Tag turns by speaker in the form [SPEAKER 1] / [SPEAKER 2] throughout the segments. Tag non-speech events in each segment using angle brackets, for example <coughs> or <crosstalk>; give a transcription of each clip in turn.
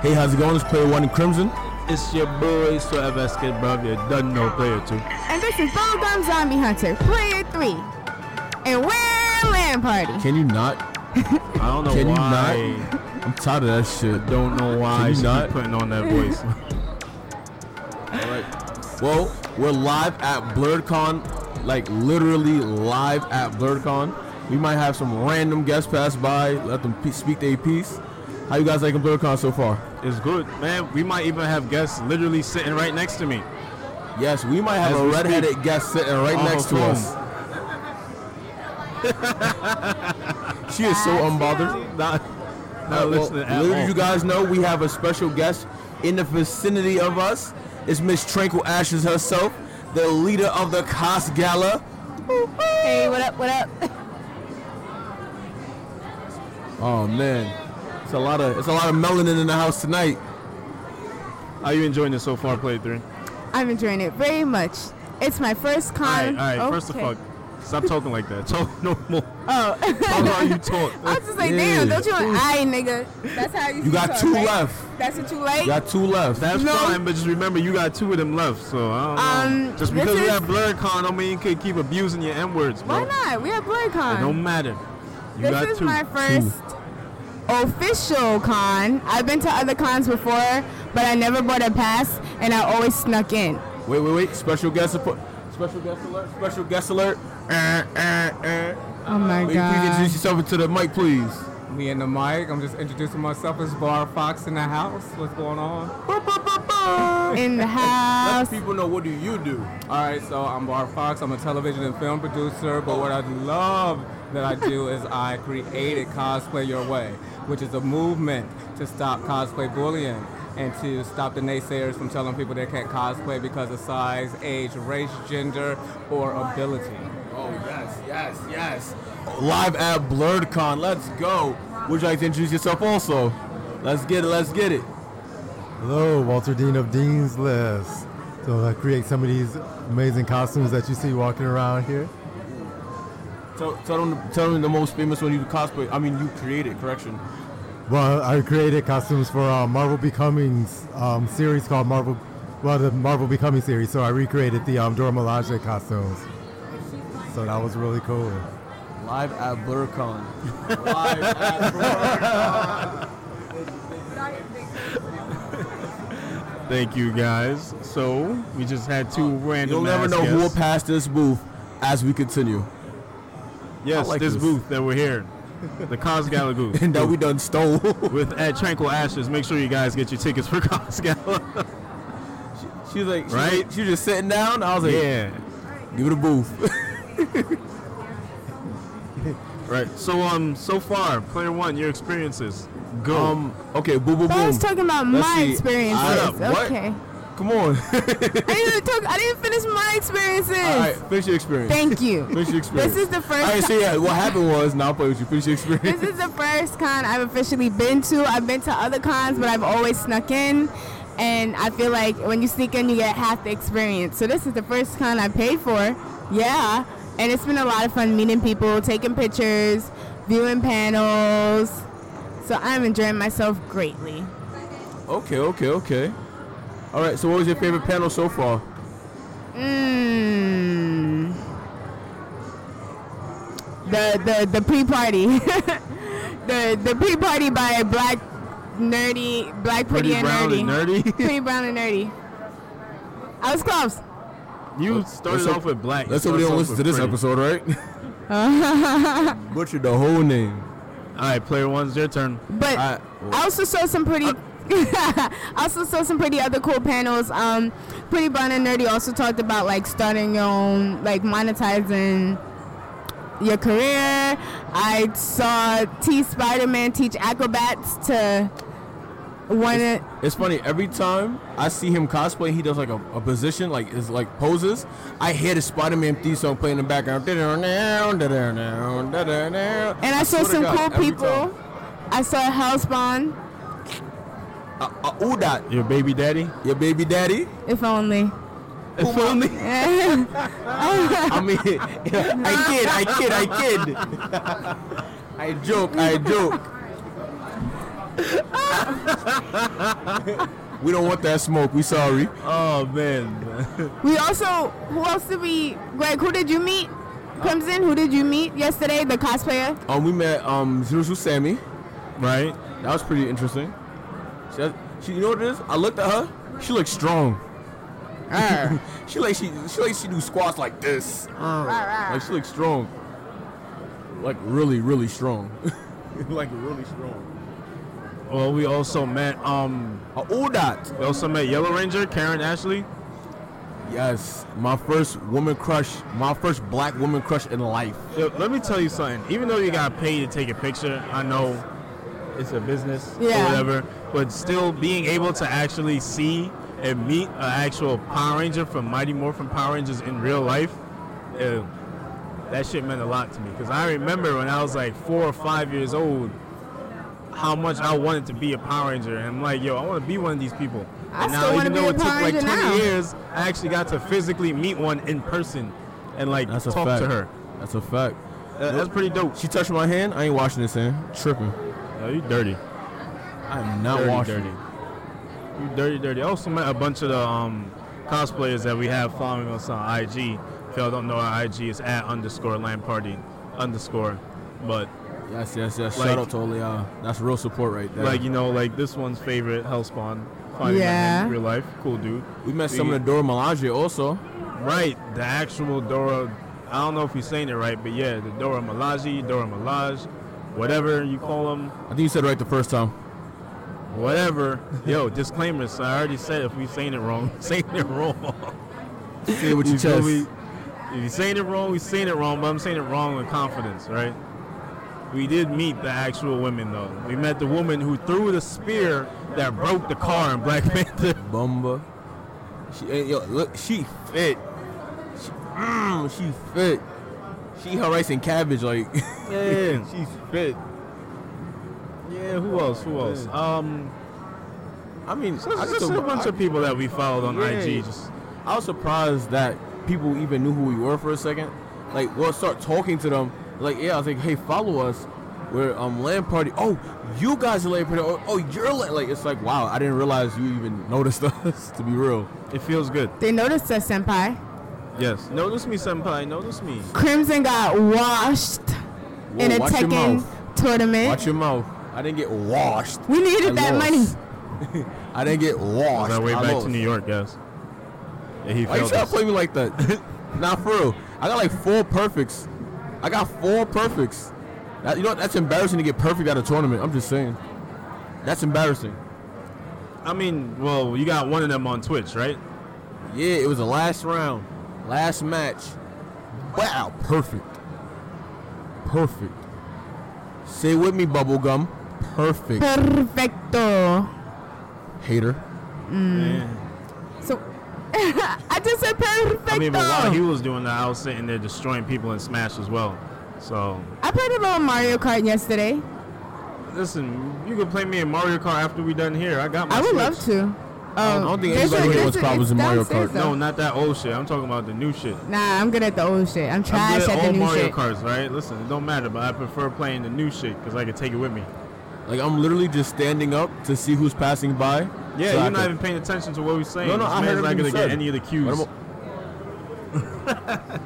[SPEAKER 1] Hey, how's it going? It's player one in Crimson.
[SPEAKER 2] It's your boy, Sweat Vasquez, bro. You done know player two.
[SPEAKER 3] And this is Bubblegum Zombie Hunter, player three. And we're Land Party.
[SPEAKER 1] Can you not?
[SPEAKER 2] I don't know
[SPEAKER 1] Can you
[SPEAKER 2] why.
[SPEAKER 1] not? I'm tired of that shit.
[SPEAKER 2] Don't know why
[SPEAKER 1] you
[SPEAKER 2] she's
[SPEAKER 1] not?
[SPEAKER 2] putting on that voice. <laughs>
[SPEAKER 1] Well, we're live at BlurredCon, like literally live at BlurredCon. We might have some random guests pass by, let them pe- speak their piece. How you guys liking BlurredCon so far?
[SPEAKER 2] it's good, man. We might even have guests literally sitting right next to me. <laughs>
[SPEAKER 1] Yes, we might have
[SPEAKER 2] As
[SPEAKER 1] a
[SPEAKER 2] we
[SPEAKER 1] redheaded guest sitting right
[SPEAKER 2] On
[SPEAKER 1] next
[SPEAKER 2] her
[SPEAKER 1] to
[SPEAKER 2] phone.
[SPEAKER 1] us. <laughs> she is so unbothered.
[SPEAKER 2] Not, not
[SPEAKER 1] Uh, well,
[SPEAKER 2] listening at
[SPEAKER 1] little
[SPEAKER 2] all.
[SPEAKER 1] did you guys know we have a special guest in the vicinity of us. It's Miss Tranquil Ashes herself, the leader of the Cos Gala.
[SPEAKER 3] Hey, what up, what up? <laughs>
[SPEAKER 1] Oh man, it's a lot of it's a lot of melanin in the house tonight.
[SPEAKER 2] How you enjoying it so far, play three?
[SPEAKER 3] I'm enjoying it very much. It's my first
[SPEAKER 2] All right, all
[SPEAKER 3] con.
[SPEAKER 2] right. First of
[SPEAKER 3] Okay.
[SPEAKER 2] all, stop talking like that. <laughs> Talk normal.
[SPEAKER 3] Oh.
[SPEAKER 2] How about you
[SPEAKER 3] <laughs>
[SPEAKER 2] talk?
[SPEAKER 3] I was just like,
[SPEAKER 1] Yeah.
[SPEAKER 3] damn, don't you want I, nigga? That's how you
[SPEAKER 1] You got
[SPEAKER 3] talk,
[SPEAKER 1] two
[SPEAKER 3] right?
[SPEAKER 1] left.
[SPEAKER 3] That's what you like?
[SPEAKER 1] You got two left.
[SPEAKER 2] That's
[SPEAKER 3] No.
[SPEAKER 2] fine, but just remember you got two of them left, so I don't know.
[SPEAKER 3] Um,
[SPEAKER 2] Just because
[SPEAKER 3] this
[SPEAKER 2] we
[SPEAKER 3] is-
[SPEAKER 2] have BlurCon don't mean you could keep abusing your M words, bro.
[SPEAKER 3] Why not? We have
[SPEAKER 2] It don't
[SPEAKER 3] BlurCon.
[SPEAKER 2] matter. You
[SPEAKER 3] This
[SPEAKER 2] got
[SPEAKER 3] is
[SPEAKER 2] two.
[SPEAKER 3] my first official con. I've been to other cons before, but I never bought a pass, and I always snuck in.
[SPEAKER 1] Wait, wait, wait. Special guest alert. Special guest alert. Special guest alert. Eh, eh, eh.
[SPEAKER 3] Oh my
[SPEAKER 1] Will you please
[SPEAKER 3] god.
[SPEAKER 1] introduce yourself into the mic, please.
[SPEAKER 4] Me and the mic. I'm just introducing myself as Bar Fox in the house. What's going on?
[SPEAKER 2] <laughs>
[SPEAKER 3] In the
[SPEAKER 1] Let
[SPEAKER 3] house.
[SPEAKER 1] the people know what do you do.
[SPEAKER 4] All right, so I'm Bar Fox. I'm a television and film producer. But what I love that I do is I created Cosplay Your Way, which is a movement to stop cosplay bullying and to stop the naysayers from telling people they can't cosplay because of size, age, race, gender, or ability.
[SPEAKER 1] Oh yes, yes, yes. Live at BlurredCon. Let's go. Would you like to introduce yourself also? Let's get it. Let's get it.
[SPEAKER 5] Hello, Walter Dean of Dean's List. So I create some of these amazing costumes that you see walking around here.
[SPEAKER 1] Tell, tell them. Tell them the most famous one you cosplay. I mean, you created. Correction.
[SPEAKER 5] Well, I created costumes for uh, Marvel Becoming's um, series called Marvel, well, the Marvel Becoming series. So I recreated the um, Dora Milaje costumes. So that was really cool.
[SPEAKER 1] Live at BlurCon. Live at BlurCon.
[SPEAKER 2] Thank you guys. So we just had two random.
[SPEAKER 1] Uh, You'll never
[SPEAKER 2] ass
[SPEAKER 1] know who will
[SPEAKER 2] guests.
[SPEAKER 1] pass this booth as we continue. <laughs>
[SPEAKER 2] Yes,
[SPEAKER 1] I like
[SPEAKER 2] this,
[SPEAKER 1] this.
[SPEAKER 2] booth that we're here, the Cos Gala
[SPEAKER 1] <laughs>
[SPEAKER 2] booth
[SPEAKER 1] And that we done stole.
[SPEAKER 2] with at Tranquil Ashes. Make sure you guys get your tickets for <laughs> Cos Gala.
[SPEAKER 1] She was like, she was
[SPEAKER 2] Right?
[SPEAKER 1] like- She was just sitting down. I was like,
[SPEAKER 2] yeah.
[SPEAKER 1] give it a booth. <laughs>
[SPEAKER 2] Right. So um, so far, player one, your experiences. Go.
[SPEAKER 1] um. Okay. Boo. Boo.
[SPEAKER 3] I
[SPEAKER 1] Boom.
[SPEAKER 3] was talking about
[SPEAKER 1] Let's
[SPEAKER 3] my
[SPEAKER 1] see.
[SPEAKER 3] experiences.
[SPEAKER 1] Shut up. What?
[SPEAKER 3] Okay.
[SPEAKER 1] Come on. <laughs>
[SPEAKER 3] I didn't talk. I didn't finish my experiences.
[SPEAKER 1] All right. Finish your experience. <laughs>
[SPEAKER 3] Thank you.
[SPEAKER 1] Finish your experience.
[SPEAKER 3] This is the first.
[SPEAKER 1] All right,
[SPEAKER 3] ti-
[SPEAKER 1] so yeah, what happened was, now I'll play with you. Finish your
[SPEAKER 3] this <laughs>
[SPEAKER 1] experience.
[SPEAKER 3] is the first con I've officially been to. I've been to other cons, but I've always snuck in. And I feel like when you sneak in, you get half the experience. So this is the first con I paid for. Yeah, and it's been a lot of fun meeting people, taking pictures, viewing panels. So I'm enjoying myself greatly.
[SPEAKER 1] Okay, okay, okay. All right, so what was your favorite panel so far?
[SPEAKER 3] Mm. The the the pre-party. <laughs> the the pre-party by black nerdy black pretty,
[SPEAKER 2] Pretty
[SPEAKER 3] and
[SPEAKER 2] brown
[SPEAKER 3] nerdy.
[SPEAKER 2] and nerdy. <laughs>
[SPEAKER 3] pretty brown and nerdy. I was close.
[SPEAKER 2] you started
[SPEAKER 1] hope-
[SPEAKER 2] off with black.
[SPEAKER 1] Let's
[SPEAKER 2] You
[SPEAKER 1] hope they
[SPEAKER 2] started
[SPEAKER 1] don't listen
[SPEAKER 2] off
[SPEAKER 1] to this
[SPEAKER 2] with pretty.
[SPEAKER 1] episode, right? Butchered the whole name.
[SPEAKER 2] All right, player one's your turn.
[SPEAKER 3] But
[SPEAKER 1] I-
[SPEAKER 3] I, also saw some pretty. <laughs> I also saw some pretty other cool panels. Um, pretty brown and nerdy also talked about like starting your own, like monetizing your career. I saw T Spider Man teach acrobats to one. of-
[SPEAKER 1] It's funny every time I see him cosplay, he does like a, a position, like is like poses. I hear the Spider-Man theme song playing in the background. And
[SPEAKER 3] And I, saw some cool people.
[SPEAKER 1] Udot,
[SPEAKER 3] I saw Hellspawn,
[SPEAKER 1] uh, uh, Udat,
[SPEAKER 2] Your baby daddy.
[SPEAKER 1] your baby daddy.
[SPEAKER 3] if only. <laughs>
[SPEAKER 2] If only.
[SPEAKER 1] I mean, <laughs> I kid, I kid, I kid. I joke, I joke. We don't want that smoke. We sorry.
[SPEAKER 2] Oh man.
[SPEAKER 3] We also, who else did we, Greg, who did you meet? Crimson, who did you meet yesterday? The cosplayer?
[SPEAKER 1] Um, we met um Zero Suit Sammy.
[SPEAKER 2] right?
[SPEAKER 1] That was pretty interesting. She, she, you know what it is? I looked at her. She looked strong. <laughs> she like she she like she do squats like this. Like she looks strong. Like really, really strong. <laughs> like really strong.
[SPEAKER 2] Well, we also met um
[SPEAKER 1] Uh, all that.
[SPEAKER 2] we also met Yellow Ranger Karen Ashley.
[SPEAKER 1] Yes, my first woman crush, my first black woman crush in life.
[SPEAKER 2] Yo, let me tell you something. Even though you got paid to take a picture, I know it's a business
[SPEAKER 3] Yeah.
[SPEAKER 2] or whatever, but still being able to actually see and meet an actual Power Ranger from Mighty Morphin Power Rangers in real life, uh, that shit meant a lot to me. Because I remember when I was like four or five years old, how much I wanted to be a Power Ranger. And I'm like, yo, I want to be one of these people.
[SPEAKER 3] I
[SPEAKER 2] and
[SPEAKER 3] still
[SPEAKER 2] now,
[SPEAKER 3] wanna
[SPEAKER 2] even
[SPEAKER 3] be
[SPEAKER 2] though
[SPEAKER 3] a
[SPEAKER 2] it took
[SPEAKER 3] Power
[SPEAKER 2] like
[SPEAKER 3] Ranger
[SPEAKER 2] 20
[SPEAKER 3] now.
[SPEAKER 2] years, I actually got to physically meet one in person and like
[SPEAKER 1] That's a
[SPEAKER 2] talk
[SPEAKER 1] fact.
[SPEAKER 2] to her.
[SPEAKER 1] That's a fact.
[SPEAKER 2] Uh, that's pretty dope.
[SPEAKER 1] She touched my hand. I ain't washing this hand. Tripping.
[SPEAKER 2] Oh, you dirty.
[SPEAKER 1] I am not
[SPEAKER 2] dirty,
[SPEAKER 1] washing.
[SPEAKER 2] dirty. You dirty, dirty. I also met a bunch of the um, cosplayers that we have following us on IG. If y'all don't know our IG, it's at underscore land party underscore. But
[SPEAKER 1] Yes, yes, yes.
[SPEAKER 2] Like-
[SPEAKER 1] Shout out to all y'all. That's real support right there.
[SPEAKER 2] like you know, like this one's favorite Hellspawn. Finding
[SPEAKER 3] Yeah.
[SPEAKER 2] him in real life, cool dude.
[SPEAKER 1] we met
[SPEAKER 2] we-
[SPEAKER 1] some of the Dora Milaje also.
[SPEAKER 2] Right, the actual Dora. I don't know if he's saying it right, but yeah, the Dora Milaje, Dora Milaj, whatever you call him.
[SPEAKER 1] I think you said it right the first time. <laughs>
[SPEAKER 2] whatever. Yo, disclaimers. I already said if we saying it wrong, <laughs> saying it wrong.
[SPEAKER 1] Say it with your
[SPEAKER 2] feel
[SPEAKER 1] chest.
[SPEAKER 2] me? If you saying it wrong, we saying it wrong, but I'm saying it wrong with confidence, right? We did meet the actual women though. We met the woman who threw the spear that broke the car in Black <laughs> Panther.
[SPEAKER 1] Bumba. She ain't yo look. She fit. She, mm, she fit. She eat her rice and cabbage like. <laughs>
[SPEAKER 2] <laughs> Yeah.
[SPEAKER 1] she's fit.
[SPEAKER 2] yeah, who else? Who else? Um,
[SPEAKER 1] I mean,
[SPEAKER 2] so
[SPEAKER 1] I,
[SPEAKER 2] it's
[SPEAKER 1] just
[SPEAKER 2] just a bunch
[SPEAKER 1] I-
[SPEAKER 2] of people that we followed on
[SPEAKER 1] Yeah.
[SPEAKER 2] IG. Just
[SPEAKER 1] I was surprised that people even knew who we were for a second. Like, we'll start talking to them. Like, yeah, I was like, hey, follow us. We're um land party. Oh, you guys are land party. Oh, oh, you're land. like it's like wow. I didn't realize you even <laughs> noticed us. To be real,
[SPEAKER 2] it feels good.
[SPEAKER 3] They noticed us, Senpai.
[SPEAKER 2] Yes. Notice me, senpai. Notice me.
[SPEAKER 3] Crimson got washed in
[SPEAKER 1] Whoa,
[SPEAKER 3] a
[SPEAKER 1] watch your
[SPEAKER 3] Tekken
[SPEAKER 1] mouth.
[SPEAKER 3] tournament.
[SPEAKER 1] Watch your mouth. I didn't get washed.
[SPEAKER 3] we needed
[SPEAKER 1] I
[SPEAKER 3] that
[SPEAKER 1] lost.
[SPEAKER 3] money.
[SPEAKER 1] <laughs> I didn't get washed.
[SPEAKER 2] On our way
[SPEAKER 1] I
[SPEAKER 2] back
[SPEAKER 1] lost.
[SPEAKER 2] to New York, guys. Yeah, he
[SPEAKER 1] Why you
[SPEAKER 2] failed
[SPEAKER 1] trying
[SPEAKER 2] us.
[SPEAKER 1] to play me like that? <laughs> Not for real. I got like four perfects. I got four perfects. That, you know what? that's embarrassing to get perfect at a tournament. I'm just saying. That's embarrassing.
[SPEAKER 2] I mean, well, you got one of them on Twitch, right?
[SPEAKER 1] Yeah, it was the last round, last match. Wow, perfect. Perfect. Say with me, bubblegum. Perfect.
[SPEAKER 3] Perfecto.
[SPEAKER 1] Hater. Mm.
[SPEAKER 3] So <laughs> I just said perfecto.
[SPEAKER 2] I
[SPEAKER 3] I,
[SPEAKER 2] mean, but while he was doing that, I was sitting there destroying people in Smash as well. So,
[SPEAKER 3] played a little Mario Kart yesterday.
[SPEAKER 2] listen, you can play me in Mario Kart after we done here. I got my
[SPEAKER 3] I would
[SPEAKER 2] Switch.
[SPEAKER 3] love to. Um,
[SPEAKER 1] I don't think
[SPEAKER 3] there's
[SPEAKER 1] anybody
[SPEAKER 3] a-
[SPEAKER 1] here
[SPEAKER 3] there's
[SPEAKER 1] wants
[SPEAKER 3] a-
[SPEAKER 1] problems
[SPEAKER 3] it's
[SPEAKER 1] in Mario
[SPEAKER 3] downstairs,
[SPEAKER 1] Kart.
[SPEAKER 3] though.
[SPEAKER 2] No, not that old shit. I'm talking about the new shit.
[SPEAKER 3] Nah, I'm good at the old shit. I'm
[SPEAKER 2] I'm
[SPEAKER 3] trash
[SPEAKER 2] good
[SPEAKER 3] at
[SPEAKER 2] at
[SPEAKER 3] the
[SPEAKER 2] all
[SPEAKER 3] new
[SPEAKER 2] Mario
[SPEAKER 3] shit.
[SPEAKER 2] Karts, right? Listen, it don't matter, but I prefer playing the new shit because I can take it with me.
[SPEAKER 1] Like I'm literally just standing up to see who's passing by.
[SPEAKER 2] Yeah,
[SPEAKER 1] so I
[SPEAKER 2] you're
[SPEAKER 1] can-
[SPEAKER 2] not even paying attention to what we're saying.
[SPEAKER 1] No, no,
[SPEAKER 2] This
[SPEAKER 1] I
[SPEAKER 2] man's
[SPEAKER 1] heard
[SPEAKER 2] not
[SPEAKER 1] everything
[SPEAKER 2] gonna
[SPEAKER 1] you
[SPEAKER 2] get
[SPEAKER 1] said.
[SPEAKER 2] any of the cues.
[SPEAKER 1] But I'm-
[SPEAKER 2] <laughs>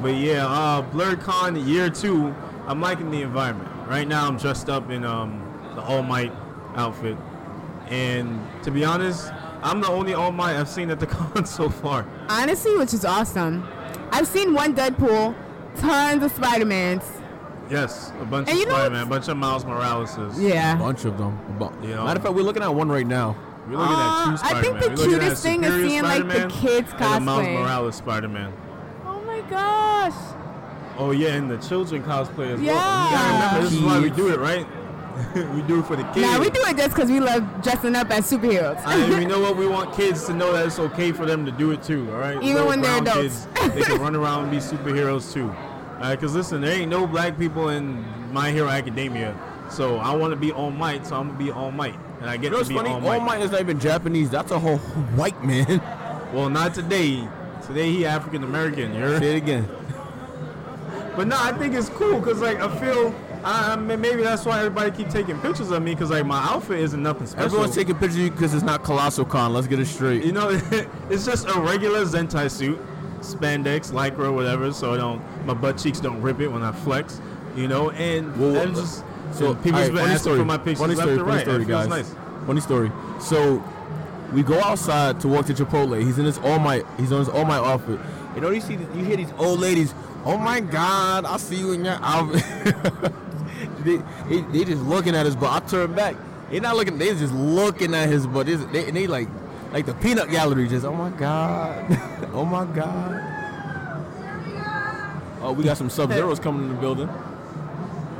[SPEAKER 2] But yeah, uh, BlurredCon year two. I'm liking the environment. Right now, I'm dressed up in um, the All Might outfit, and to be honest, I'm the only All Might I've seen at the <laughs> con so far.
[SPEAKER 3] Honestly, which is awesome. I've seen one Deadpool, tons of Spider-Mans.
[SPEAKER 2] Yes, a bunch
[SPEAKER 3] And
[SPEAKER 2] of
[SPEAKER 3] you know
[SPEAKER 2] Spider-Man, a
[SPEAKER 3] what's-
[SPEAKER 2] bunch of Miles Moraleses.
[SPEAKER 3] Yeah.
[SPEAKER 1] bunch of them. A bu-
[SPEAKER 2] Yeah.
[SPEAKER 1] Matter of fact, we're looking at one right now.
[SPEAKER 2] we're looking at two
[SPEAKER 3] Uh, I
[SPEAKER 2] Spider-Man.
[SPEAKER 3] think the
[SPEAKER 2] We're looking at
[SPEAKER 3] cutest thing is
[SPEAKER 2] Superior
[SPEAKER 3] seeing, like, the
[SPEAKER 2] Spider-Man
[SPEAKER 3] kids
[SPEAKER 2] and the Miles
[SPEAKER 3] cosplay.
[SPEAKER 2] Morales Spider-Man.
[SPEAKER 3] Oh my gosh.
[SPEAKER 2] Oh yeah, and the children cosplay as well. You
[SPEAKER 3] Yeah.
[SPEAKER 2] gotta remember, this is why we do it, right? <laughs> we do it for the kids.
[SPEAKER 3] Nah, we do it just because we love dressing up as superheroes.
[SPEAKER 2] I mean, you know what? We want kids to know that it's okay for them to do it too. All right,
[SPEAKER 3] Even when they're
[SPEAKER 2] brown
[SPEAKER 3] adults.
[SPEAKER 2] kids, they can run around and be superheroes too. All right, because listen, there ain't no black people in My Hero Academia, so I want to be All Might, so I'm gonna be All Might, and I get
[SPEAKER 1] You know
[SPEAKER 2] to
[SPEAKER 1] what's
[SPEAKER 2] be
[SPEAKER 1] funny?
[SPEAKER 2] All
[SPEAKER 1] All
[SPEAKER 2] Might.
[SPEAKER 1] Might. is not even Japanese. That's a whole <laughs> white man.
[SPEAKER 2] Well, not today. Today he African American. You're.
[SPEAKER 1] Say it again.
[SPEAKER 2] But no, I think it's cool because like I feel I, I mean, maybe that's why everybody keep taking pictures of me because like my outfit isn't nothing special.
[SPEAKER 1] Everyone's taking pictures of you because it's not Colossal Con. Let's get it straight.
[SPEAKER 2] You know, <laughs> it's just a regular Zentai suit, spandex, lycra, whatever. So I don't, my butt cheeks don't rip it when I flex. You know, and
[SPEAKER 1] Well,
[SPEAKER 2] and just
[SPEAKER 1] So
[SPEAKER 2] so people
[SPEAKER 1] alright,
[SPEAKER 2] been
[SPEAKER 1] funny
[SPEAKER 2] asking
[SPEAKER 1] story.
[SPEAKER 2] for my pictures
[SPEAKER 1] Funny
[SPEAKER 2] left
[SPEAKER 1] story,
[SPEAKER 2] and
[SPEAKER 1] funny
[SPEAKER 2] right.
[SPEAKER 1] story,
[SPEAKER 2] it feels
[SPEAKER 1] guys.
[SPEAKER 2] nice.
[SPEAKER 1] Funny story. So we go outside to walk to Chipotle. He's in his all my he's on his all my outfit. You know you see you hear these old ladies. Oh my God! I see you in your outfit. <laughs> they, they, they just looking at his butt. I turn back. They not looking. They just looking at his butt. They, they, they like like the peanut gallery. Just oh my God! <laughs> oh my God! Oh, we got some sub zeros coming in the building.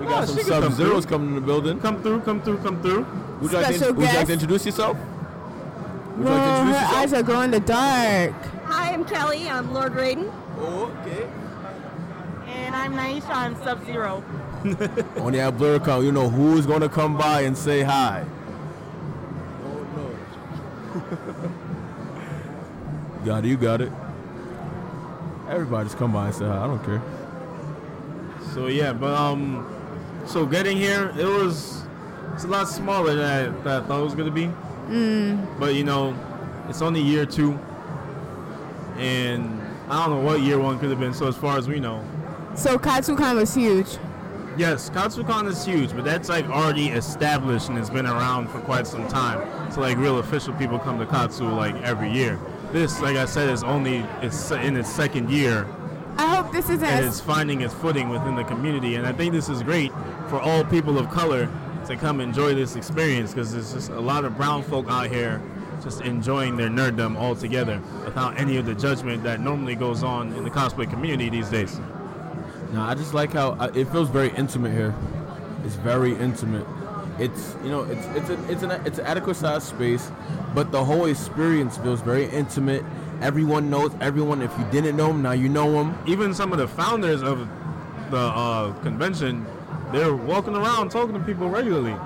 [SPEAKER 1] We got
[SPEAKER 2] Oh,
[SPEAKER 1] some
[SPEAKER 2] she can come
[SPEAKER 1] sub zeros
[SPEAKER 2] through.
[SPEAKER 1] coming in the building.
[SPEAKER 2] Come through, come through, come through.
[SPEAKER 1] Would you, like to,
[SPEAKER 3] Special
[SPEAKER 1] would you like
[SPEAKER 3] guest.
[SPEAKER 1] to introduce yourself? Would you like to
[SPEAKER 3] Whoa,
[SPEAKER 1] introduce
[SPEAKER 3] her eyes
[SPEAKER 1] yourself?
[SPEAKER 3] are going to dark.
[SPEAKER 6] Hi, I'm Kelly. I'm Lord Raiden.
[SPEAKER 1] okay.
[SPEAKER 6] And I'm Naisha. I'm Sub Zero.
[SPEAKER 1] On that blur call, you know who's gonna come by and say <laughs> hi. got it, you got it. Everybody just come by and say hi. I don't care.
[SPEAKER 2] So yeah, but um, so getting here, it was it's a lot smaller than I, than I thought it was gonna be. Mm. But you know, it's only year two, and I don't know what year one could have been. So as far as we know,
[SPEAKER 3] So Katsukan was huge.
[SPEAKER 2] yes, Katsucon is huge, but that's like already established and it's been around for quite some time. So like real official people come to Katsu like every year. This, like I said, is only it's in its second year
[SPEAKER 3] I hope this isn't.
[SPEAKER 2] and
[SPEAKER 3] a-
[SPEAKER 2] is finding its footing within the community. And I think this is great for all people of color to come enjoy this experience because there's just a lot of brown folk out here just enjoying their nerddom all together without any of the judgment that normally goes on in the cosplay community these days.
[SPEAKER 1] No, I just like how uh, it feels very intimate here. It's very intimate. It's you know it's it's a, it's an it's an adequate sized space, but the whole experience feels very intimate. Everyone knows everyone. If you didn't know them, now you know them.
[SPEAKER 2] Even some of the founders of the uh, convention, they're walking around talking to people regularly.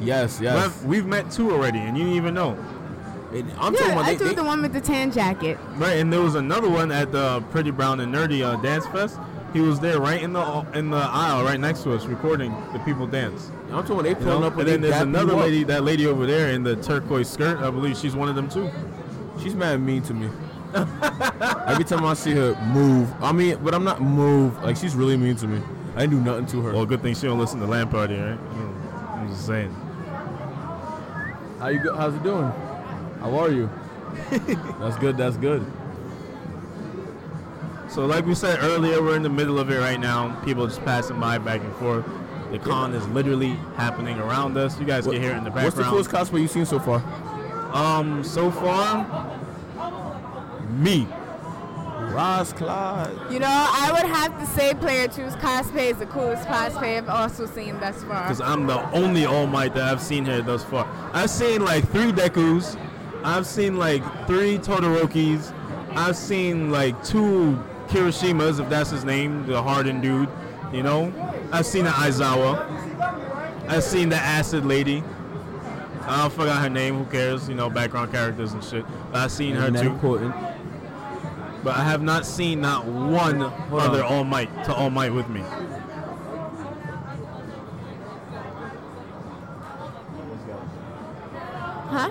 [SPEAKER 1] Yes, yes.
[SPEAKER 2] We've, we've met two already, and you didn't even know.
[SPEAKER 1] And I'm talking
[SPEAKER 3] yeah,
[SPEAKER 1] about
[SPEAKER 3] I
[SPEAKER 1] they,
[SPEAKER 3] do
[SPEAKER 1] they-
[SPEAKER 3] the one with the tan jacket.
[SPEAKER 2] Right, and there was another one at the Pretty Brown and Nerdy uh, Dance Fest. He was there, right in the in the aisle, right next to us, recording the people dance.
[SPEAKER 1] I'm talking about they
[SPEAKER 2] You
[SPEAKER 1] pulling
[SPEAKER 2] know?
[SPEAKER 1] up
[SPEAKER 2] and
[SPEAKER 1] they
[SPEAKER 2] then there's
[SPEAKER 1] dap
[SPEAKER 2] another
[SPEAKER 1] you up.
[SPEAKER 2] lady, that lady over there in the turquoise skirt. I believe she's one of them too.
[SPEAKER 1] She's mad mean to me. Every time I see her move, I mean, but I'm not move. Like she's really mean to me. I didn't do nothing to her.
[SPEAKER 2] Well, good thing she don't listen to Lamp Party, right? Mm, I'm just saying.
[SPEAKER 1] How you? Go, how's it doing? How are <laughs> you? that's good. That's good.
[SPEAKER 2] So, like we said earlier, we're in the middle of it right now. People just passing by back and forth. The con is literally happening around us. You guys
[SPEAKER 1] What-
[SPEAKER 2] can hear it in the
[SPEAKER 1] What's the
[SPEAKER 2] background.
[SPEAKER 1] coolest cosplay you've seen so far?
[SPEAKER 2] um, so far, me.
[SPEAKER 1] Ross Clyde.
[SPEAKER 3] You know, I would have to say Player Choose cosplay is the coolest cosplay I've also seen thus far.
[SPEAKER 2] because I'm the only All Might that I've seen here thus far. I've seen like three Dekus, I've seen like three Todorokis, I've seen like two Kirishimas, if that's his name, the hardened dude, you know? I've seen the Aizawa, I've seen the Acid Lady. I forgot her name, who cares, you know, background characters and shit. But I've seen her
[SPEAKER 1] Not
[SPEAKER 2] too.
[SPEAKER 1] important.
[SPEAKER 2] But I have not seen not one
[SPEAKER 1] on.
[SPEAKER 2] other All Might to All Might with me.
[SPEAKER 3] Huh?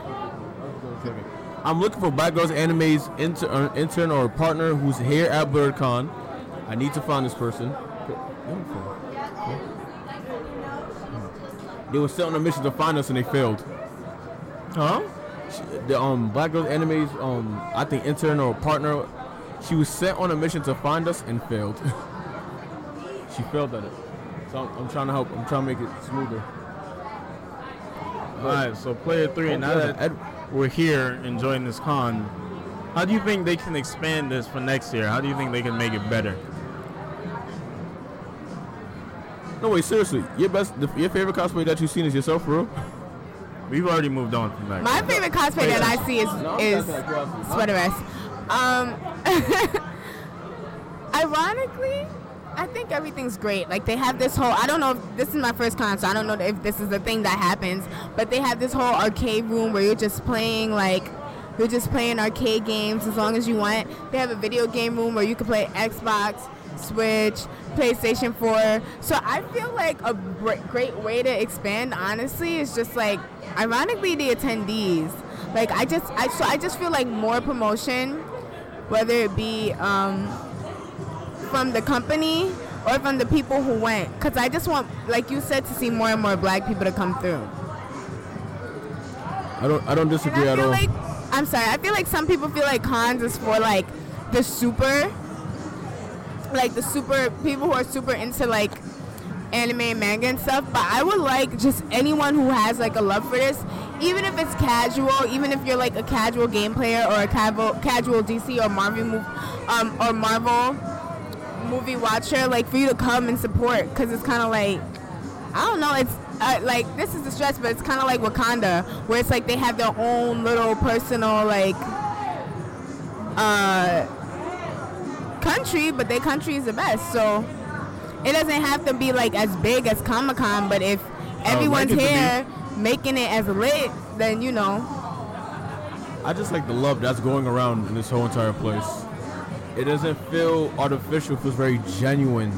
[SPEAKER 1] I'm looking for Black Girls Anime's inter- uh, intern or partner who's here at BlurredCon. I need to find this person. They were set on a mission to find us and they failed.
[SPEAKER 2] Huh?
[SPEAKER 1] She- the um, Black Girls Anime's um, I think intern or partner, she was sent on a mission to find us and failed. <laughs> she failed at it. So I'm, I'm trying to help. I'm trying to make it smoother.
[SPEAKER 2] All right, so player three. Now
[SPEAKER 1] Okay.
[SPEAKER 2] that we're here enjoying this con, how do you think they can expand this for next year? How do you think they can make it better?
[SPEAKER 1] No wait, seriously. Your best, the, your favorite cosplay that you've seen is yourself, bro.
[SPEAKER 2] We've already moved on from that.
[SPEAKER 3] My favorite cosplay that
[SPEAKER 1] uh,
[SPEAKER 3] I see is is sweater vest. Um, ironically, I think everything's great. Like they have this whole. I don't know if this is my first con, so I don't know if this is the thing that happens. But they have this whole arcade room where you're just playing like. You're just playing arcade games as long as you want. They have a video game room where you can play Xbox. Switch, PlayStation 4. So I feel like a br- great way to expand, honestly, is just like, ironically, the attendees. Like I just, I so I just feel like more promotion, whether it be um, from the company or from the people who went, because I just want, like you said, to see more and more Black people to come through.
[SPEAKER 1] I don't I don't
[SPEAKER 3] And
[SPEAKER 1] disagree
[SPEAKER 3] I
[SPEAKER 1] at
[SPEAKER 3] feel
[SPEAKER 1] all.
[SPEAKER 3] like I'm sorry. I feel like some people feel like cons is for like the super, like the super people who are super into like anime and manga and stuff. But I would like just anyone who has like a love for this, even if it's casual, even if you're like a casual game player or a casual casual DC or Marvel move, um, or Marvel movie watcher, like for you to come and support because it's kind of like I don't know. It's uh, like this is the stretch, but it's kind of like Wakanda, where it's like they have their own little personal like uh, country, but their country is the best. So it doesn't have to be like as big as Comic Con, but if everyone's
[SPEAKER 2] Oh, it to be.
[SPEAKER 3] here making it as lit, then you know.
[SPEAKER 1] I just like the love that's going around in this whole entire place. It doesn't feel artificial. It feels very genuine.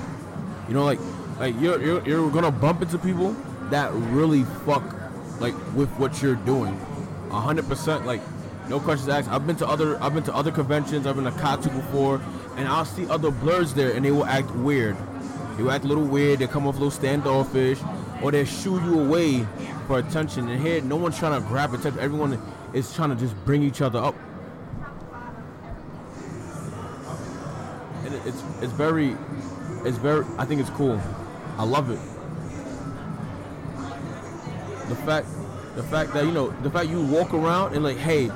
[SPEAKER 1] You know, like like you're you're, you're gonna bump into people that really fuck like with what you're doing, a hundred percent. Like no questions asked. I've been to other I've been to other conventions. I've been to Katsu before, and I'll see other blurs there, and they will act weird. They will act a little weird. They come off a little standoffish, or they shoo you away for attention. And here, no one's trying to grab attention. Everyone is trying to just bring each other up. And it, it's it's very it's very I think it's cool. I love it. The fact the fact that you know the fact you walk around and like hey,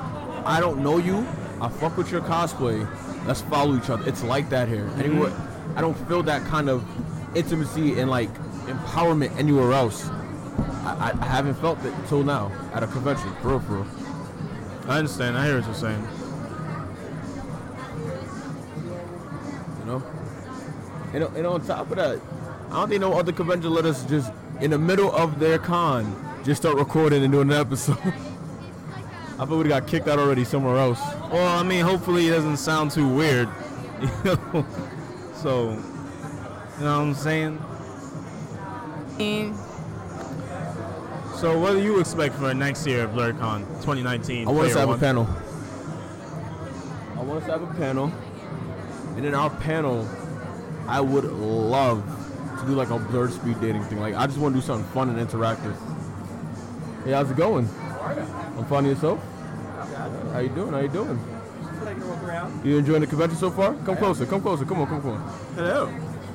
[SPEAKER 1] I don't know you. I fuck with your cosplay. Let's follow each other. It's like that here. Anywhere I don't feel that kind of intimacy and like empowerment anywhere else. I, I I haven't felt it till now at a convention. For real, for real.
[SPEAKER 2] I understand. I hear what you're saying.
[SPEAKER 1] you know. And, and on top of that, I don't think no other convention let us just in the middle of their con just start recording and doing an episode. <laughs> I thought we got kicked out already somewhere else.
[SPEAKER 2] Well, I mean, hopefully it doesn't sound too weird. <laughs> You know? So, you know what I'm saying?
[SPEAKER 3] And
[SPEAKER 2] So, what do you expect for next year at BlurCon 2019?
[SPEAKER 1] I want us
[SPEAKER 2] Player
[SPEAKER 1] to have a
[SPEAKER 2] One?
[SPEAKER 1] panel. I want us to have a panel, and in our panel, I would love to do like a blurred speed dating thing. Like I just want to do something fun and interactive. Hey, how's it going? I'm fine yourself. How you doing? How you doing? You enjoying the convention so far? Come closer. Come closer. Come on. Come on.
[SPEAKER 7] Hello.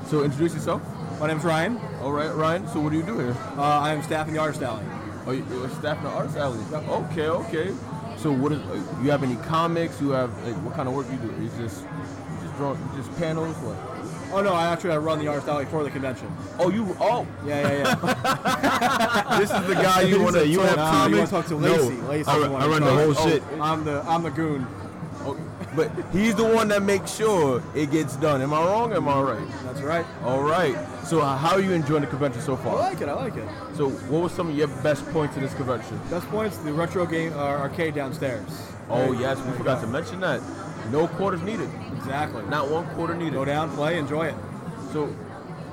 [SPEAKER 1] So introduce yourself.
[SPEAKER 7] My name's Ryan.
[SPEAKER 1] All right, Ryan. So what do you do here?
[SPEAKER 7] Uh, I am staff in the artist alley.
[SPEAKER 1] Oh, you- you're staff in the arts alley. Okay, okay. So what is? uh, You have any comics? You have like what kind of work you do? Is just you just drawing, you just panels? What?
[SPEAKER 7] Oh no, I actually I run the artist alley for the convention.
[SPEAKER 1] Oh, you oh.
[SPEAKER 7] Yeah, yeah, yeah.
[SPEAKER 1] this is
[SPEAKER 7] <laughs>
[SPEAKER 1] the guy you want to. You have
[SPEAKER 7] Nah, you want to talk to Lacey?
[SPEAKER 2] No,
[SPEAKER 7] Lacey
[SPEAKER 2] I
[SPEAKER 7] you
[SPEAKER 2] run-
[SPEAKER 7] wanna
[SPEAKER 2] I run the
[SPEAKER 7] talk- Oh,
[SPEAKER 2] whole shit.
[SPEAKER 7] I'm the I'm the goon.
[SPEAKER 1] Oh, <laughs> but he's the one that makes sure it gets done. Am I wrong? or Am I right?
[SPEAKER 7] That's right.
[SPEAKER 1] All right. So uh, how are you enjoying the convention so
[SPEAKER 7] I
[SPEAKER 1] far?
[SPEAKER 7] like it. I like it.
[SPEAKER 1] So what were some of your best points in this convention?
[SPEAKER 7] Best points the retro game uh, arcade downstairs.
[SPEAKER 1] Oh
[SPEAKER 7] There you-
[SPEAKER 1] yes, we
[SPEAKER 7] there you
[SPEAKER 1] forgot
[SPEAKER 7] go.
[SPEAKER 1] to mention that. No quarters needed.
[SPEAKER 7] Exactly.
[SPEAKER 1] Not one quarter needed.
[SPEAKER 7] Go down, play, enjoy it.
[SPEAKER 1] So,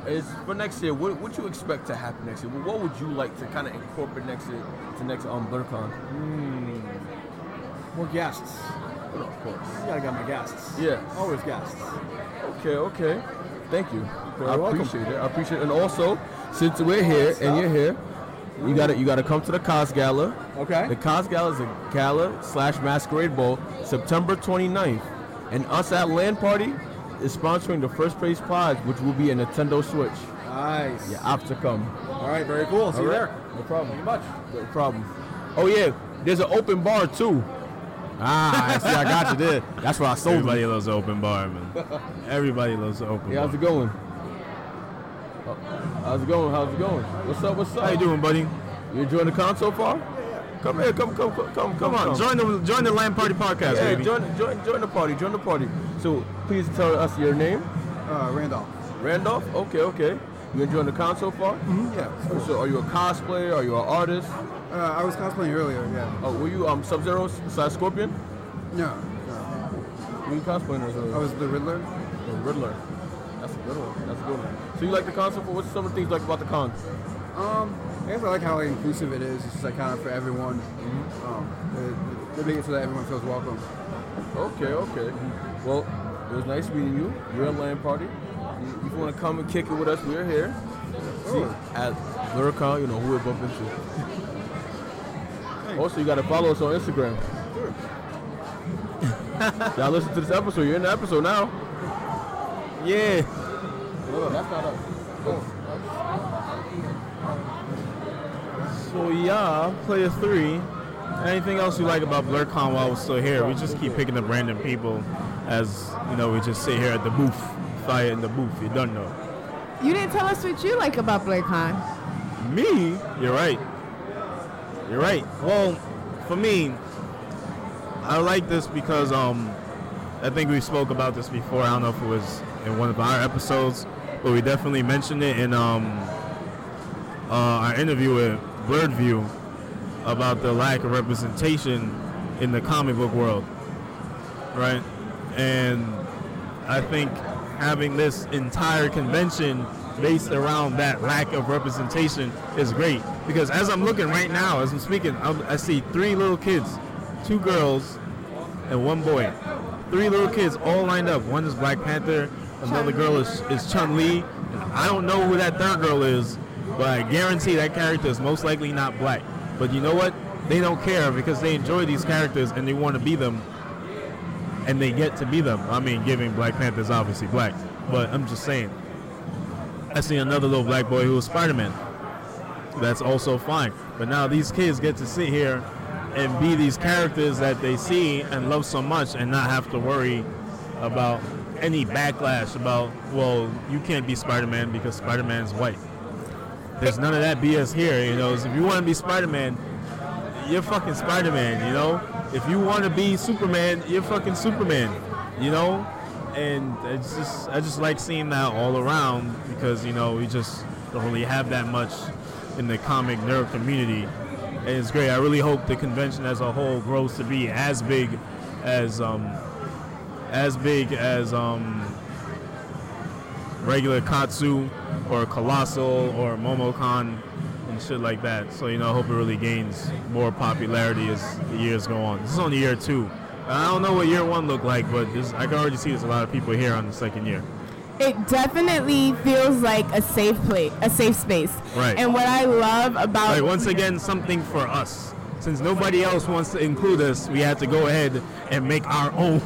[SPEAKER 1] as for next year, what what you expect to happen next year? What would you like to kind of incorporate next year to next um BlurCon?
[SPEAKER 7] More guests.
[SPEAKER 1] Well, of course.
[SPEAKER 7] You gotta get my guests.
[SPEAKER 1] Yeah.
[SPEAKER 7] Always guests.
[SPEAKER 1] Okay, okay. Thank you.
[SPEAKER 7] You're
[SPEAKER 1] I
[SPEAKER 7] welcome.
[SPEAKER 1] appreciate it. I appreciate it. And also, since we're here and you're here, you gotta you gotta come to the Cos Gala.
[SPEAKER 7] Okay.
[SPEAKER 1] The Cos Gala is a gala slash masquerade ball, September 29th, and us at Land Party is sponsoring the first place prize, which will be a Nintendo Switch.
[SPEAKER 7] Nice.
[SPEAKER 1] You have to come.
[SPEAKER 7] All right. Very cool. See you
[SPEAKER 1] All right.
[SPEAKER 7] there.
[SPEAKER 1] No problem. No problem. Oh yeah, there's an open bar too. Ah, I see, I got you there. That's why I sold it.
[SPEAKER 2] Everybody loves the open bar, man. Everybody loves the open
[SPEAKER 1] Hey, how's
[SPEAKER 2] bar.
[SPEAKER 1] it going? Oh, How's it going? How's it going? What's up? What's up?
[SPEAKER 2] How you doing, buddy?
[SPEAKER 1] You enjoying the con so far? Come here. Come come come come
[SPEAKER 2] Come on, join the join the Land Party podcast,
[SPEAKER 1] Yeah,
[SPEAKER 2] baby.
[SPEAKER 1] join, join join the party. Join the party. So please tell us your name.
[SPEAKER 7] Uh, Randolph.
[SPEAKER 1] Randolph. Okay, okay. You enjoying the con so far?
[SPEAKER 7] Yeah.
[SPEAKER 1] So are you a cosplayer? Are you an artist?
[SPEAKER 7] Uh, I was cosplaying earlier. Yeah.
[SPEAKER 1] Oh, were you um Sub Zero slash Scorpion?
[SPEAKER 7] No.
[SPEAKER 1] Were you cosplaying or something?
[SPEAKER 7] was the Riddler.
[SPEAKER 1] The Riddler. That's a good one. That's a good one. So you like the concert? For, what's some of the things you like about the con?
[SPEAKER 7] Um, I guess I like how inclusive it is. It's just like kind of for everyone. Um, they, they make it so that everyone feels welcome.
[SPEAKER 1] Okay, okay. Well, it was nice meeting you. Real Land Party. You- If you want to come and kick it with us, we're here. See, at Luricon, you know who we bump into. Also, you got to follow us on Instagram. Y'all listen to this episode. You're in the episode now.
[SPEAKER 2] Yeah. So yeah, player three. Anything else you like about BlurCon while we're still here? We just keep picking up random people as you know. We just sit here at the booth, fire in the booth. You don't know
[SPEAKER 3] You didn't tell us what you like about BlurCon.
[SPEAKER 2] me. You're right. You're right. Well, for me, I like this because um, I think we spoke about this before. I don't know if it was in one of our episodes, but we definitely mentioned it in um, uh, our interview with Blurred View about the lack of representation in the comic book world, right? And I think having this entire convention based around that lack of representation is great because as I'm looking right now, as I'm speaking, I'm, I see three little kids, two girls, and one boy. Three little kids all lined up. One is Black Panther, another girl is, is Chun Li. I don't know who that third girl is, but I guarantee that character is most likely not black. But you know what? They don't care because they enjoy these characters and they want to be them and they get to be them. I mean, giving Black Panther's obviously black, but I'm just saying. I see another little black boy who was Spider Man. That's also fine. But now these kids get to sit here and be these characters that they see and love so much and not have to worry about any backlash about, well, you can't be Spider Man because Spider Man's white. There's none of that BS here, you know. If you want to be Spider Man, you're fucking Spider Man, you know? If you want to be Superman, you're fucking Superman, you know? And it's just, I just like seeing that all around because, you know, we just don't really have that much in the comic nerd community. And it's great. I really hope the convention as a whole grows to be as big as, um, as big as, um, regular Katsu or Colossal or Momocon and shit like that. So, you know, I hope it really gains more popularity as the years go on. This is only year two. And I don't know what year one looked like, but this, I can already see there's a lot of people here on the second year.
[SPEAKER 3] It definitely feels like a safe place, a safe space.
[SPEAKER 2] Right.
[SPEAKER 3] And what I love about
[SPEAKER 2] Like, once again, something for us. Since nobody else wants to include us, we had to go ahead and make our <laughs> own.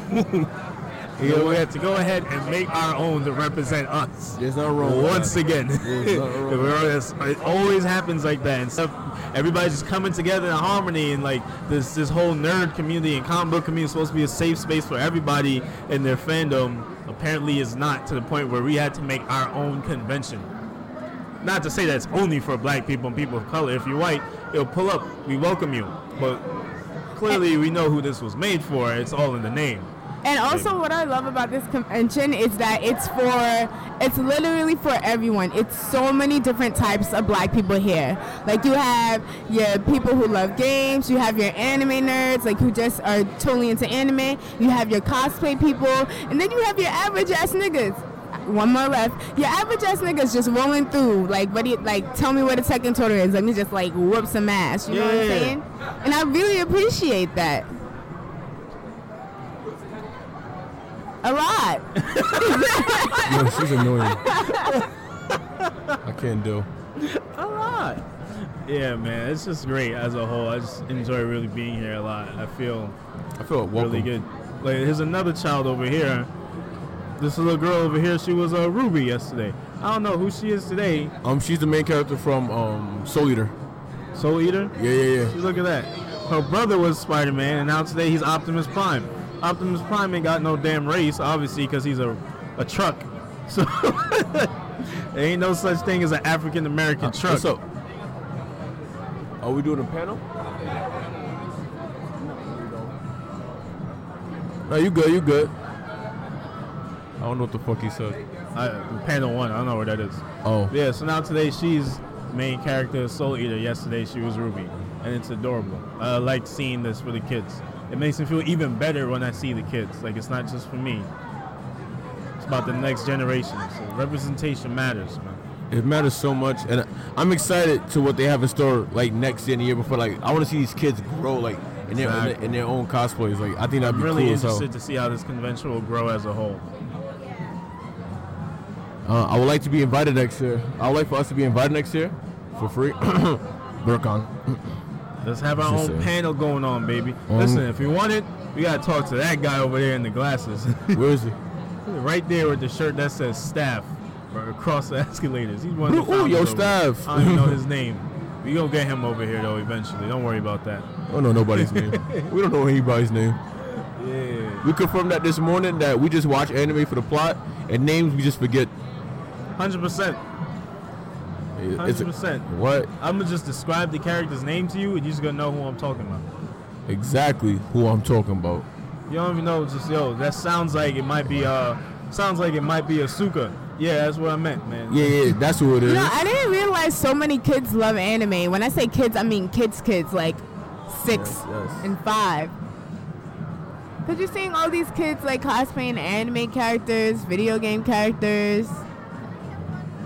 [SPEAKER 2] You know, we had to go ahead and make our own to represent us.
[SPEAKER 1] There's nothing wrong. with
[SPEAKER 2] Once
[SPEAKER 1] that.
[SPEAKER 2] again,
[SPEAKER 1] There's
[SPEAKER 2] <laughs>
[SPEAKER 1] nothing wrong.
[SPEAKER 2] We're always- it always happens like that, and stuff. Everybody's just coming together in harmony, and like this this whole nerd community and comic book community is supposed to be a safe space for everybody and their fandom. Apparently, is not to the point where we had to make our own convention. Not to say that's only for black people and people of color. If you're white, you'll pull up. We welcome you, but clearly we know who this was made for. It's all in the name.
[SPEAKER 3] And also, what I love about this convention is that it's for, it's literally for everyone. It's so many different types of black people here. Like, you have your people who love games, you have your anime nerds, like, who just are totally into anime, you have your cosplay people, and then you have your average ass niggas. One more left. Your average ass niggas just rolling through. Like, what do you, like, tell me what a Tekken tour is. Let me just, like, whoop some ass. You know what I'm
[SPEAKER 2] Yeah.
[SPEAKER 3] saying? And I really appreciate that. A lot.
[SPEAKER 1] Yo, she's annoying. <laughs> I can't do.
[SPEAKER 2] a lot. Yeah, man, it's just great as a whole. I just enjoy really being here a lot. I feel
[SPEAKER 1] I feel welcome.
[SPEAKER 2] really good. Like, here's another child over here. This little girl over here, she was a uh, Ruby yesterday. I don't know who she is today.
[SPEAKER 1] Um, she's the main character from um Soul Eater.
[SPEAKER 2] Soul Eater.
[SPEAKER 1] Yeah, yeah, yeah.
[SPEAKER 2] See, look at that. Her brother was Spider Man, and now today he's Optimus Prime. Optimus Prime ain't got no damn race, obviously, because he's a, a truck. <laughs> So there ain't no such thing as an African American truck.
[SPEAKER 1] Uh, What's up? Are we doing a panel? No, you good. You good. I don't know what the fuck he said.
[SPEAKER 2] I, panel one, I don't know where that is.
[SPEAKER 1] Oh,
[SPEAKER 2] Yeah, so now today she's main character of Soul Eater. Yesterday she was Ruby, and it's adorable. I like seeing this for the kids. It makes me feel even better when I see the kids. Like it's not just for me. It's about the next generation. So representation matters, man.
[SPEAKER 1] It matters so much, and I'm excited to what they have in store like next year, and the year before. Like, I want to see these kids grow like in their in their, in their own cosplays. Like, I think that'd
[SPEAKER 2] I'm
[SPEAKER 1] be
[SPEAKER 2] really
[SPEAKER 1] cool. as hell.
[SPEAKER 2] interested to see how this convention will grow as a whole.
[SPEAKER 1] Uh, I would like to be invited next year. I would like for us to be invited next year for <coughs> free. Burkon.
[SPEAKER 2] Let's have our
[SPEAKER 1] Just
[SPEAKER 2] own
[SPEAKER 1] saying.
[SPEAKER 2] panel going on, baby.
[SPEAKER 1] Um,
[SPEAKER 2] Listen, if you want it, we gotta talk to that guy over there in the glasses, <laughs>
[SPEAKER 1] Where is he?
[SPEAKER 2] right there with the shirt that says staff, or across the <laughs> escalators. He's one
[SPEAKER 1] Ooh,
[SPEAKER 2] of the
[SPEAKER 1] ooh, yo,
[SPEAKER 2] founders over there.
[SPEAKER 1] Staff.
[SPEAKER 2] I don't even
[SPEAKER 1] <laughs>
[SPEAKER 2] know his name. We gonna get him over here though eventually. Don't worry about that.
[SPEAKER 1] I don't know nobody's
[SPEAKER 2] <laughs>
[SPEAKER 1] name. We don't know anybody's name.
[SPEAKER 2] Yeah.
[SPEAKER 1] We confirmed that this morning that we just watch anime for the plot and names we just forget.
[SPEAKER 2] Hundred percent.
[SPEAKER 1] It's
[SPEAKER 2] Hundred
[SPEAKER 1] a,
[SPEAKER 2] percent.
[SPEAKER 1] what
[SPEAKER 2] I'm gonna just describe the character's name to you, and you're just gonna know who I'm talking about.
[SPEAKER 1] exactly who I'm talking about?
[SPEAKER 2] You don't even know. Just yo, that sounds like it might be. Uh, sounds like it might be a suka. Yeah, that's what I meant, man.
[SPEAKER 1] Yeah, yeah, that's who it
[SPEAKER 3] You
[SPEAKER 1] is.
[SPEAKER 3] know, I didn't realize so many kids love anime. When I say kids, I mean kids, kids, like six
[SPEAKER 1] Yes, yes.
[SPEAKER 3] and five. Because you're seeing all these kids like cosplaying anime characters, video game characters.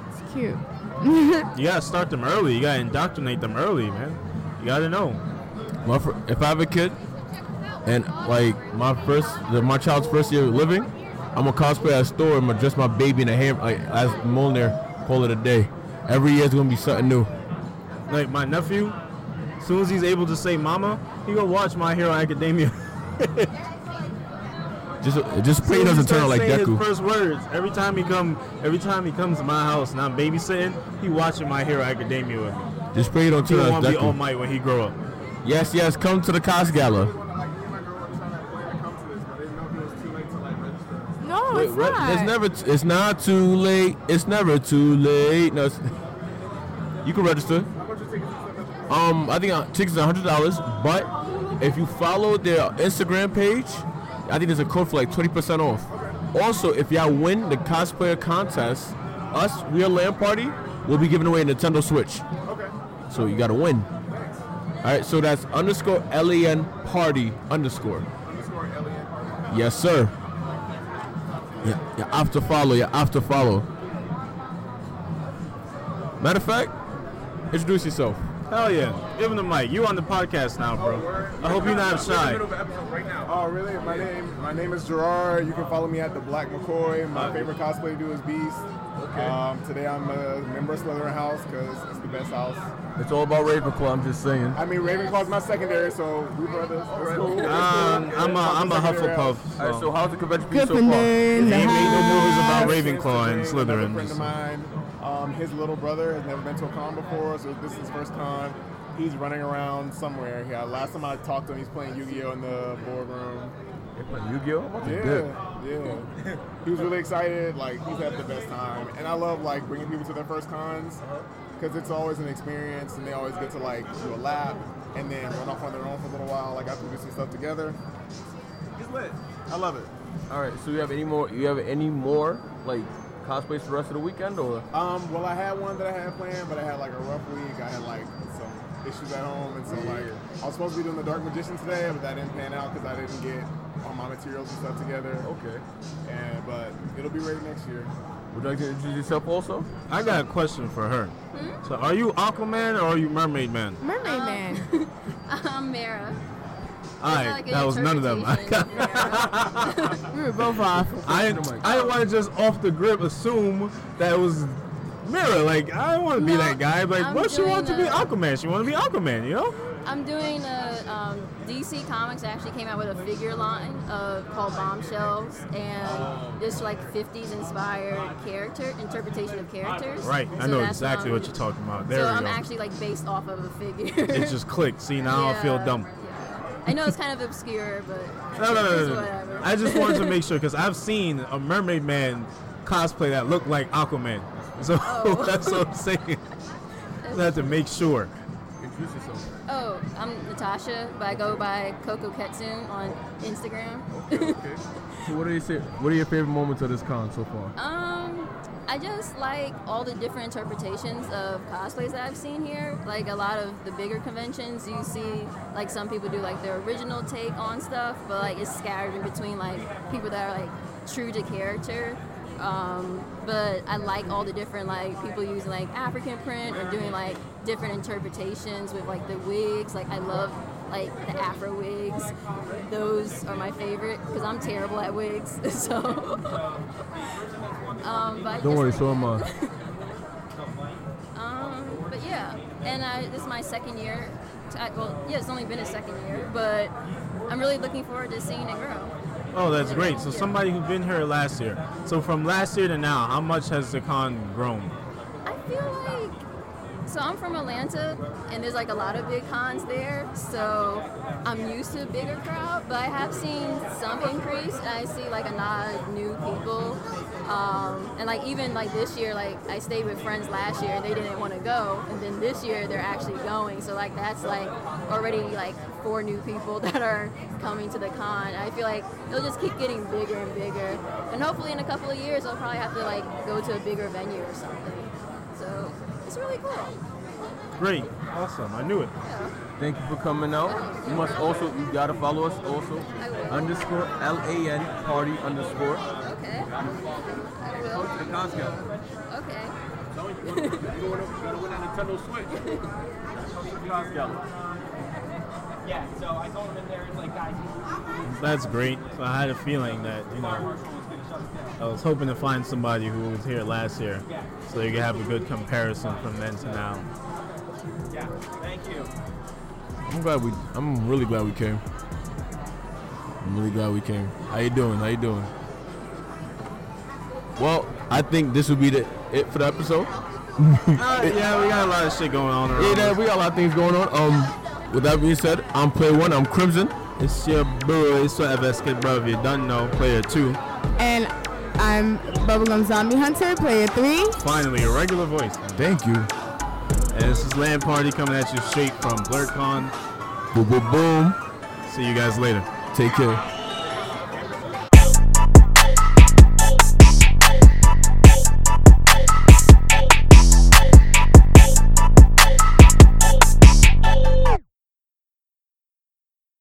[SPEAKER 3] It's cute.
[SPEAKER 2] You gotta start them early. You gotta indoctrinate them early, man. You gotta know.
[SPEAKER 1] My fir- if I have a kid and like my first, the, my child's first year of living, I'm gonna cosplay as Thor. I'm gonna dress my baby in a ham like, as Molnir. Call it a day. Every year's gonna be something new.
[SPEAKER 2] Like my nephew, as soon as he's able to say "mama," he gonna watch My Hero Academia. <laughs>
[SPEAKER 1] Just, just pray
[SPEAKER 2] Soon
[SPEAKER 1] he doesn't
[SPEAKER 2] as
[SPEAKER 1] turn
[SPEAKER 2] starts
[SPEAKER 1] out like
[SPEAKER 2] saying
[SPEAKER 1] Deku.
[SPEAKER 2] His first words. Every time he come, every time he comes to my house and I'm babysitting, he watching My Hero Academia with me.
[SPEAKER 1] Just pray he don't
[SPEAKER 2] He
[SPEAKER 1] turn
[SPEAKER 2] don't
[SPEAKER 1] out
[SPEAKER 2] wanna
[SPEAKER 1] like
[SPEAKER 2] be All
[SPEAKER 1] Deku.
[SPEAKER 2] Might when he grow up.
[SPEAKER 1] Yes, yes. Come to the Cos Gala.
[SPEAKER 3] No, Oh, it's not.
[SPEAKER 1] It's never. T- it's not too late. It's never too late. No, it's, <laughs> you can register. Um, I think uh, tickets are hundred dollars, but if you follow their Instagram page, I think there's a code for like twenty percent off. Also, if y'all win the cosplayer contest, us real land party will be giving away a Nintendo Switch. Okay. So you gotta win. All right. So that's underscore len party underscore. E Yes, sir. Yeah, you have to follow. You have to follow. Matter of fact, introduce yourself.
[SPEAKER 2] Hell yeah! Give him the mic. You on the podcast now, bro. I hope you're not shy.
[SPEAKER 8] Oh really? My name my name is Gerard. You can follow me at the Black McCoy. My favorite cosplay to do is Beast. Um, today I'm a member of Slytherin House because it's the best house.
[SPEAKER 1] It's all about Ravenclaw. I'm just saying.
[SPEAKER 8] I mean Ravenclaw's my secondary, so we brothers. Let's go. Let's go.
[SPEAKER 2] Um, I'm a I'm a Hufflepuff.
[SPEAKER 8] Secondary house.
[SPEAKER 1] All right. So
[SPEAKER 2] So.
[SPEAKER 1] how's the convention been so far?
[SPEAKER 3] Gryffindor.
[SPEAKER 2] They
[SPEAKER 3] the
[SPEAKER 2] ain't made no movies about
[SPEAKER 3] Hive.
[SPEAKER 2] Ravenclaw and
[SPEAKER 8] Chance to bring another
[SPEAKER 2] Slytherin.
[SPEAKER 8] friend of
[SPEAKER 2] so-
[SPEAKER 8] mine, um, his little brother has never been to a con before, so this is his first time. He's running around somewhere. Yeah, last time I talked to him, he's playing Yu-Gi-Oh in the boardroom.
[SPEAKER 1] Yu-Gi-Oh. I'm about to dip.
[SPEAKER 8] Yeah, yeah. He was really excited. Like he's had the best time, and I love like bringing people to their first cons because it's always an experience, and they always get to like do a lap and then run off on their own for a little while. Like I have to do some stuff together. It's lit. I love it.
[SPEAKER 1] All right. So you have any more? You have any more like cosplays for the rest of the weekend or?
[SPEAKER 8] Um, well, I had one that I had planned, but I had like a rough week. I had like some issues at home, and so like I was supposed to be doing the Dark Magician today, but that didn't pan out because I didn't get all my materials and stuff together.
[SPEAKER 1] Okay.
[SPEAKER 8] And but it'll be ready next year.
[SPEAKER 1] Would you like to introduce yourself also?
[SPEAKER 2] I got a question for her. So, are you Aquaman or are you Mermaid Man?
[SPEAKER 3] Mermaid Man.
[SPEAKER 9] Um, Mara.
[SPEAKER 2] All
[SPEAKER 9] not
[SPEAKER 2] right,
[SPEAKER 9] like an
[SPEAKER 2] that was none of them.
[SPEAKER 9] interpretation.
[SPEAKER 2] <laughs>
[SPEAKER 3] We were both off.
[SPEAKER 2] I didn't, I didn't want to just off the grip assume that it was Mira. Like, I don't want to be
[SPEAKER 9] No,
[SPEAKER 2] that guy. Like,
[SPEAKER 9] I'm
[SPEAKER 2] what she
[SPEAKER 9] doing
[SPEAKER 2] want to be
[SPEAKER 9] the-
[SPEAKER 2] Aquaman? She want to be Aquaman, you know?
[SPEAKER 9] I'm doing a um, DC Comics actually came out with a figure line uh, called Bombshells and this like 50s inspired character interpretation of characters.
[SPEAKER 2] Right, I
[SPEAKER 9] So
[SPEAKER 2] know
[SPEAKER 9] that's
[SPEAKER 2] exactly
[SPEAKER 9] I'm-
[SPEAKER 2] what you're talking about. There
[SPEAKER 9] so
[SPEAKER 2] we
[SPEAKER 9] I'm
[SPEAKER 2] go.
[SPEAKER 9] actually like based off of a figure.
[SPEAKER 2] it just clicked. See, now I don't feel
[SPEAKER 9] <laughs> Yeah,
[SPEAKER 2] dumb.
[SPEAKER 9] yeah. I know it's kind of obscure, but
[SPEAKER 2] No, no, no,
[SPEAKER 9] it's
[SPEAKER 2] no, no.
[SPEAKER 9] whatever.
[SPEAKER 2] I just wanted to make sure because I've seen a Mermaid Man cosplay that looked like Aquaman. So
[SPEAKER 9] Oh.
[SPEAKER 2] <laughs> that's what I'm
[SPEAKER 9] <laughs>
[SPEAKER 2] saying. So I had to make sure.
[SPEAKER 1] Introduce yourself.
[SPEAKER 9] Oh, I'm Natasha, but I go by Coco Ketsun on Instagram. <laughs>
[SPEAKER 1] So what are you say? What are your favorite moments of this con so far?
[SPEAKER 9] Um, I just like all the different interpretations of cosplays that I've seen here. Like a lot of the bigger conventions, you see like some people do like their original take on stuff, but like it's scattered in between like people that are like true to character. Um, but I like all the different like people using like African print or doing like different interpretations with like the wigs. Like I love like the Afro wigs. Those are my favorite because I'm terrible at wigs. <laughs> So. um, but
[SPEAKER 1] Don't
[SPEAKER 9] I just
[SPEAKER 1] worry,
[SPEAKER 9] like
[SPEAKER 1] so am
[SPEAKER 9] that.
[SPEAKER 1] I.
[SPEAKER 9] Um, but yeah, and I, this is my second year. To, I- well, yeah, it's only been a second year, but I'm really looking forward to seeing it grow.
[SPEAKER 2] Oh, that's great. So somebody who's been here last year. So from last year to now, how much has the con grown?
[SPEAKER 9] I feel like so I'm from Atlanta, and there's like a lot of big cons there, so I'm used to a bigger crowd. But I have seen some increase, and I see like a lot of new people. Um, and like even like this year, like I stayed with friends last year, and they didn't want to go, and then this year they're actually going. So like that's like already like four new people <laughs> that are coming to the con. I feel like it'll just keep getting bigger and bigger, and hopefully in a couple of years I'll probably have to like go to a bigger venue or something. So it's really cool.
[SPEAKER 2] Great. Awesome. I knew it.
[SPEAKER 1] Thank you for coming out. You must also, you gotta follow us also.
[SPEAKER 9] I will.
[SPEAKER 1] Underscore L A N party underscore.
[SPEAKER 9] Okay. I will.
[SPEAKER 7] The Costco.
[SPEAKER 9] Okay.
[SPEAKER 2] That's great. So I had a feeling that, you know, I was hoping to find somebody who was here last year so you could have a good comparison from then to now.
[SPEAKER 1] I'm glad we, I'm really glad we came. I'm really glad we came. How you doing? How you doing? Well, I think this will be the it for the episode.
[SPEAKER 2] Uh, yeah, we got a lot of shit going on
[SPEAKER 1] Yeah,
[SPEAKER 2] around.
[SPEAKER 1] yeah, we got a lot of things going on. Um, with that being said, I'm Play One. I'm Crimson.
[SPEAKER 2] It's your boy, it's your FSK bro. If you don't know, player two.
[SPEAKER 3] And I'm Bubblegum Zombie Hunter, player three.
[SPEAKER 2] Finally, a regular voice.
[SPEAKER 1] Thank you.
[SPEAKER 2] And this is Land Party coming at you straight from BlurCon.
[SPEAKER 1] Boom, boom, boom.
[SPEAKER 2] See you guys later.
[SPEAKER 1] Take care.